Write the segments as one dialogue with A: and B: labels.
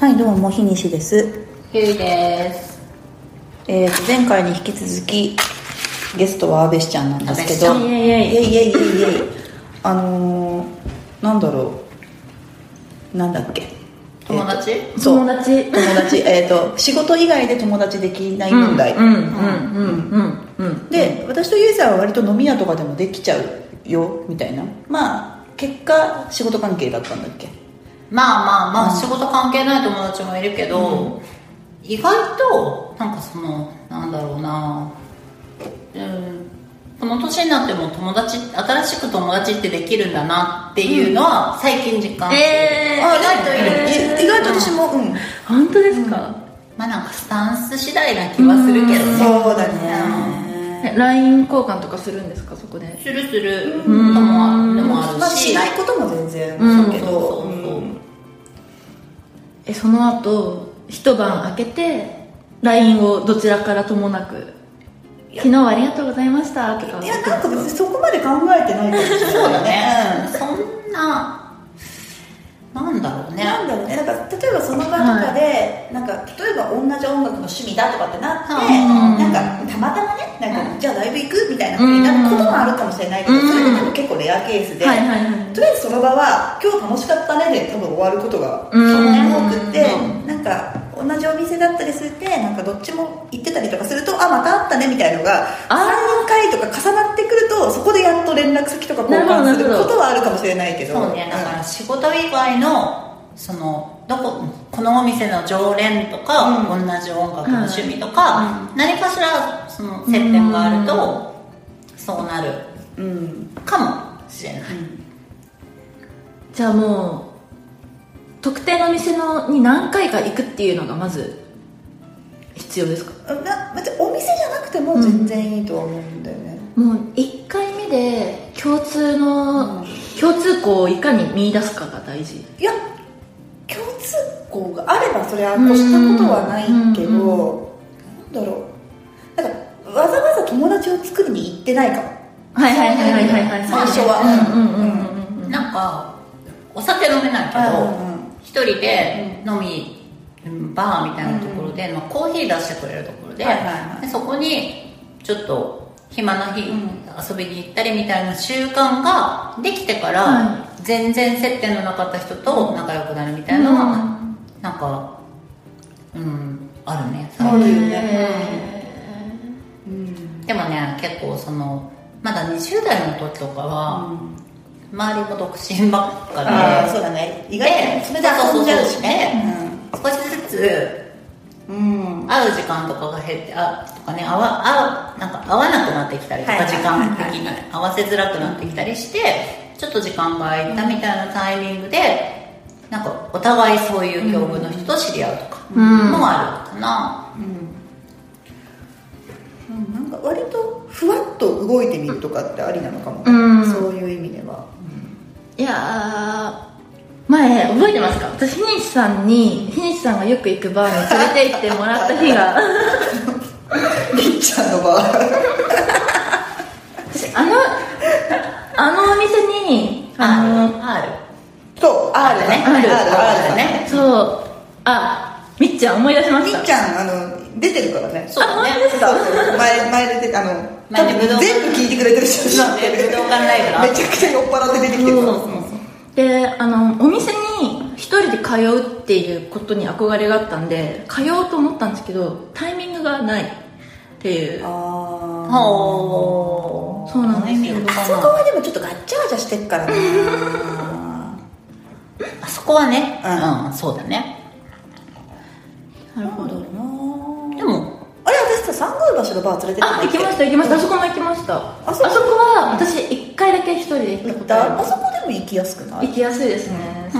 A: はい、どうも、日西です。
B: ゆいです。
A: えー、と前回に引き続き、ゲストは阿部しちゃんなんですけど、
B: 阿部しちゃんイエイ
A: イエイイエイイエイイエイあのー、なんだろう、なんだっけ。
B: 友達
A: えーとそう、友
B: 達。
A: 達、えっ、と、仕事以外で友達できない問題。
B: うんうんうんうんうん。
A: で、私とユーザーは割と飲み屋とかでもできちゃうよ、みたいな。まあ、結果、仕事関係だったんだっけ。
B: まあまあまあ、仕事関係ない友達もいるけど、意外と、なんかその、なんだろうなうん、この年になっても友達、新しく友達ってできるんだなっていうのは、最近実感してる。
C: えー
B: 意外といる。
C: えー
A: 意外と私も、うん。
C: 本当ですか、
B: まあなんかスタンス次第な気はするけどね。
A: そうだ
C: え
A: ね。
C: LINE 交換とかするんですかそこです
B: るするのもあでもある
A: まあ、
B: し。
A: しないことも全然
C: うん
A: だけど、
B: そうそうそう
A: うん
C: えその後一晩開けて LINE をどちらからともなく「昨日はありがとうございました」とか
A: いやなんか別にそこまで考えてないかもしれない
B: そうだね、そんななんだろう
A: うん
B: ね
A: なんだろうねなんか例えばその場とかで、なんか例えば同じ音楽の趣味だとかってなって、
C: うん
A: なんかたまたまねなんか、
B: う
A: じゃあライブ行くみたいなふうになることもあるかもしれないけど、
C: うん
A: それが多分結構レアケースで、
C: はいはいはい
A: とりあえずその場は今日楽しかったねで多分終わることが
C: うん
A: そんなに多くって、
B: う
A: なんか同じお店だったりしてなんかどっちも行ってたりとかするとあまた会ったねみたいのが
C: あー
A: 34回とか重なってくるとそこでやっと連絡先とか交
C: なるほど
A: 換する
C: なるほ
A: こ
C: ど
A: とはあるかもしれないけど
B: そうねだから仕事以外のそのどここのお店の常連とか、
A: う
B: 同じ音楽の趣味とか、何かしらその接点があると、そうなる
A: うん、うん
B: かもしれない、
C: じゃあもう特定の店のに何回か行くっていうのがまず必要ですか
A: な別にお店じゃなくても全然いいとは思うんだよね、
C: もう1回目で共通の、共通項をいかに見出すかが大事
A: いや共通項があればそれは越したことはないけど、
C: うんう
A: なんだろうなんかわざわざ友達を作りに行ってないかも
C: はいはいはいはいはいはい
A: 最初は
C: うんうんうんうんうん
B: なんかお酒飲めないけど一人で飲み、うんバーみたいなところで、まあ、コーヒー出してくれるところで,、
A: はいはいはい
B: でそこにちょっと暇な日、
A: うん
B: 遊びに行ったりみたいな習慣ができてから、
C: は
B: 全然接点のなかった人と仲良くなるみたいなのは、なんかうんあるね
A: あるよね
C: へ
A: うんうん
B: でもね結構そのまだ20代の時とかは、周りも独身ばっかで
A: ああそうだね意外
B: で
A: とそれで遊んじゃうしね
B: 少しずつ
A: うん、うん
B: 会う時間とかが減ってあとかね合わ合うなんか合わなくなってきたりとか、
A: はいはい
B: 時
A: はいはい
B: 間的に合わせづらくなってきたりしてちょっと時間が空いたみたいなタイミングでなんかお互いそういう境遇の人と知り合うとか
C: うん
B: もあるかな、
A: うんなんか割とふわっと動いてみるとかってありなのかも、
C: うん
A: そういう意味では、
C: ーいやー前覚えてますか私ひにしさんにひにしさんがよく行くバーに連れて行ってもらった日 が
A: みっちゃんの場合
C: 私あのあのお店にあの
B: ある
A: そう R ね
B: あ
A: R
B: るね
A: R ね
B: ね
C: そうあみっちゃん思い出しま
A: み
C: した
A: っちゃんあの出てるからね
B: そうだね
A: そうそう前前出てあの
B: 前
A: 多分
B: で武道館
A: 全部聞いてくれてる人
B: そうね武道館ライブの
A: めちゃくちゃ酔っ払って出てきてるから
B: そうそうそう
C: であのお店に一人で通うっていうことに憧れがあったんで通おうと思ったんですけどタイミングがないっていう
A: あー
B: ほう
C: そうなんですよ
A: あそこはでもちょっとガッチャガチャしてっからな
B: あそこはね
A: うん
B: うん、そうだね
C: なるほ
A: なんだろ
C: ど
A: うな
B: でも
A: あれ私さ三宮橋のバー連れて
C: あ行きました行きましたあそこも行きました
A: あ
C: あ
A: そ
C: そ
A: こ
C: こは私一回だけ一人で行
A: 行
C: っ
A: ったたあ
C: こと
A: そこでも行きやすくな
C: あ
A: い
C: る
A: い
C: 行きやすいですね
B: う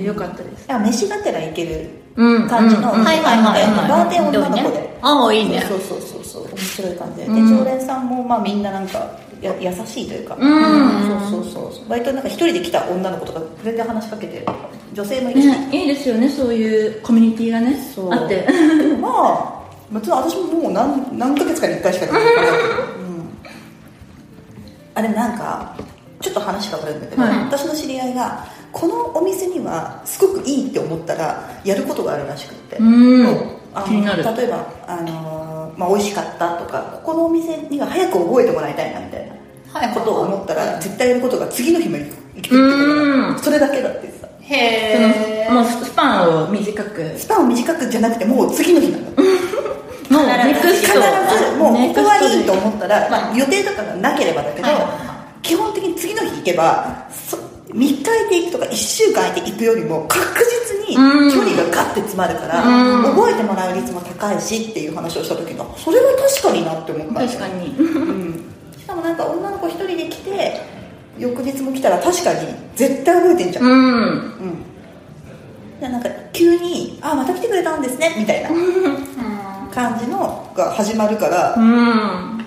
B: ん
C: よかったです
A: や飯がてら行ける
C: うん
A: 感じの
C: うんうん
B: はいはいはいはい
A: バーテン女の子で
B: いいねあいいね
A: そうそうそうそう面白い感じでで
C: うん
A: 常連さんもまあみんななんかや優しいというか
C: うん
A: そうそうそう割となんか一人で来た女の子とかそれで話しかけて女性もいるし、
C: ねいいですよねそういうコミュニティがね
A: そう
C: あって
A: でもまあ別に私ももう何何ヶ月かに1回しか行かないから、うん、あでもなんかちょっと話が変わるんだけど、
C: はい
A: 私の知り合いがこのお店にはすごくいいって思ったらやることがあるらしくって、
C: うん
A: あの
C: 気になる
A: 例えば、あのーまあ、美味しかったとかここのお店には早く覚えてもらいたいなみたいな
B: はい
A: ことを思ったら絶対やることが次の日も行く行くってこ
C: うん
A: とそれだけだってさ
B: へえ
C: そのもうスパンを短くの
A: スパンを短くじゃなくてもう次の日なんだ
C: ネク
A: 必
C: ス
A: ず
C: ト
A: もうここはいいと
C: ネクストで
A: 思ったら、まあ、予定とかがなければだけど、
B: はい
A: 基本的に次の日行けばそ3日空いていくとか1週間空いていくよりも確実に
C: うん
A: 距離がガッて詰まるから、
C: うん
A: 覚えてもらう率も高いしっていう話をした時にあそれは確かになって思ったんだよね
C: 確かに
A: うんしかもなんか女の子一人で来て翌日も来たら確かに絶対覚えてんじゃん、
C: うん
A: うんでなんか急に「あまた来てくれたんですね」みたいな
B: うん
A: 感じのが始まるから、
C: う
A: っ
C: ん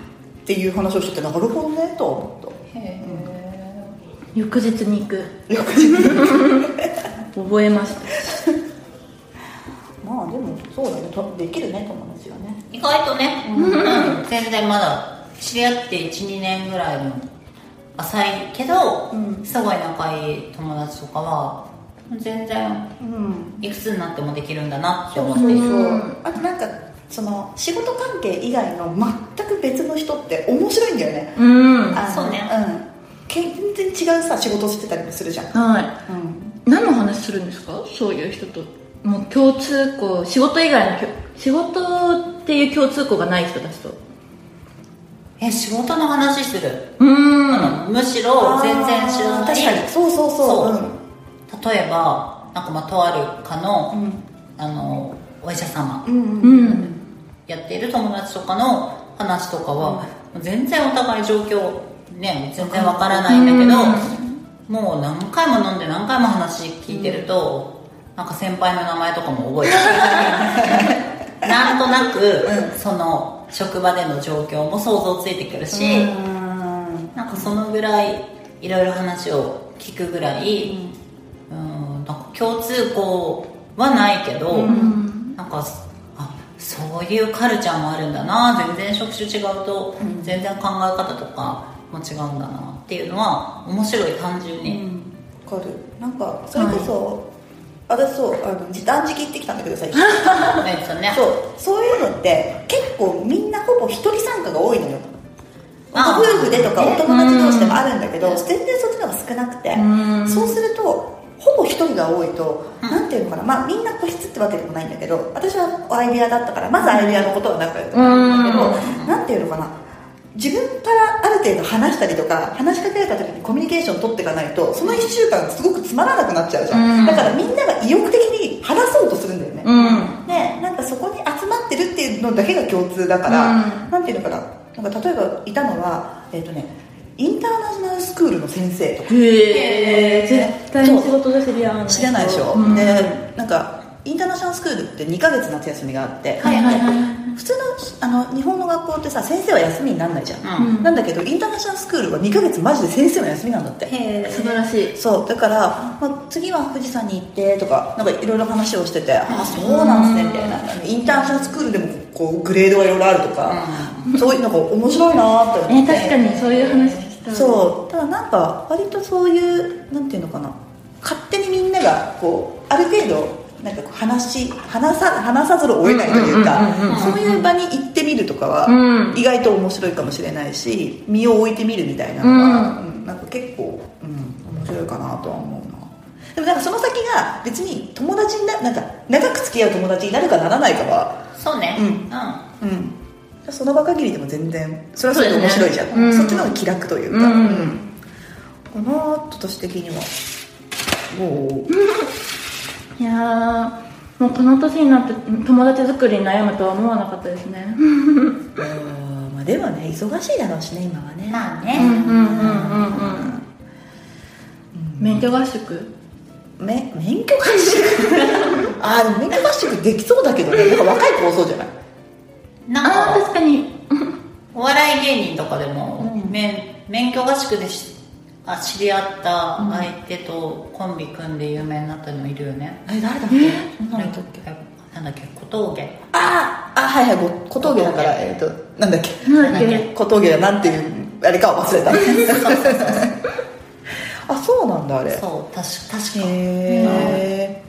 A: ていう話をしててなるほどねと思っ
B: へえ
C: 翌日に行く
A: た翌日
C: 覚えました
A: まあでもそうだねとできるねと思うんですよね
B: 意外とね、うん全然まだ知り合って12年ぐらいの浅いけど、
A: うん
B: すごい仲いい友達とかは全然
A: うん
B: いくつになってもできるんだなって
A: そう
B: 思
A: そう
B: っ
A: そう
B: て
C: ん
A: あとなんかその仕事関係以外の全く別の人って面白いんだよね
C: うんは
A: の
B: そうね
A: うんけ全然違うさ仕事をしてたりもするじゃん
C: い
A: うん
C: 何の話するんですかそういう人ともう共通項仕事以外のきょ仕事っていう共通項がない人たちと
B: え仕事の話する、
C: うん
B: むしろ全然知ら
A: あ
B: な
A: ー
B: い
A: 確かにそうそうそう
B: そう例えばなんかまあとある科の,、
A: うん
B: あのお医者様
A: うんうん
C: う
A: うん
C: ん
B: やっている友達とかの話とかは、全然お互い状況ね全然わからないんだけど、もう何回も飲んで何回も話聞いてると、なんか先輩の名前とかも覚えて るなんとなく、その職場での状況も想像ついてくるし、
A: うん
B: なんかそのぐらいいろいろ話を聞くぐらい、うん、なんか共通項はないけど、
C: ん
B: なんかあそういうカルチャーもあるんだな全然職種違うと全然考え方とかも違うんだなっていうのは面白い単純に、
A: わかるなんかそれこそ、私そうあの時短時期行ってきたんだけど最近
B: えっとね
A: そうそういうのって結構みんなほぼ一人参加が多いのよ
B: あー
A: 夫婦でとか
B: ね
A: お友達同士でもあるんだけど
B: うん
A: 全然そっちの方が少なくて
C: うん
A: そうするとほぼ一人が多いと
B: うん
A: なんていうのかなまあみんな個室ってわけでもないんだけど私はアイデアだったからまずアイデアのことは仲良くなるんだけ
B: う
A: ど
B: ん
A: なんていうのかな自分からある程度話したりとか話しかけられた時にコミュニケーション取っていかないとその1週間すごくつまらなくなっちゃうじゃ
C: うんん
A: だからみんなが意欲的に話そうとするんだよね
C: うん
A: ね、なんかそこに集まってるっていうのだけが共通だから、
C: う
A: なんていうのかななんか例えばいたのは、えっとね、インターナショナルスクールの先生とか
C: へ
B: へ
C: え
B: ー
C: 絶対に仕事で知り合わない
A: 知らないでしょ、
C: うん
A: でなんかインターナショナルスクールって2ヶ月夏休みがあって、
C: はいはいはい
A: 普通のあの日本の学校ってさ先生は休みにならないじゃん、
B: うん
C: うん
A: なんだけどインターナショナルスクールは2ヶ月マジで先生の休みなんだって
B: へえ
C: 素晴らしい
A: そうだから、まあ、次は富士山に行ってとかなんかいろいろ話をしてて、あそうなんですねみたいなインターナショナルスクールでもこうグレードがいろいろあるとか、そういうのが面白いなって思
C: ね
A: って、
C: 確かにそういう話聞きたい
A: そうただなんか割とそういうなんていうのかな勝手にみんながこうある程度なんかこう話し話さ話さざるを得ないというか、
C: うんうんうん
B: うん
A: そういう場に行ってみるとかは、
C: うん
A: 意外と面白いかもしれないし身を置いてみるみたいなのが、うんなんか結構、うん、面白いかなとは思うなでもなんかその先が別に友達にななんか長く付き合う友達になるかならないかは、
B: そうね
A: うん
B: うん
A: うん、その場限りでも全然それはそれで面白いじゃんそ,、
C: そうですねうん
A: っちの方が気楽というか、
C: うん
A: この今年的にはも
C: いやーもうこの年になって友達作りに悩むとは思わなかったですね
A: う、うんまあ、でもね忙しいだろうしね今はね
B: まあ
C: うんうん
B: ね、
C: うんうんうん免許合宿
A: め免許合宿ああでも免許合宿できそうだけどねなんか若い子多そうじゃない
B: な
C: ああ
B: んか
C: 確かに
B: お笑い芸人とかでも、
A: うん
B: 免免許合宿でしあ知り合った相手とコンビ組んで有名になったのいるよね、
A: え誰だっけそんなのいたっけ
B: なんだっけ小峠
A: あーあはいはいご小峠だからえっ、となんだっけ
C: なんだ
B: な
C: っ
B: んだっ
C: け
A: 小峠だなんていうあれかを忘れたあそうそうなんだあれ
B: そう確か確
A: へ
B: か
A: え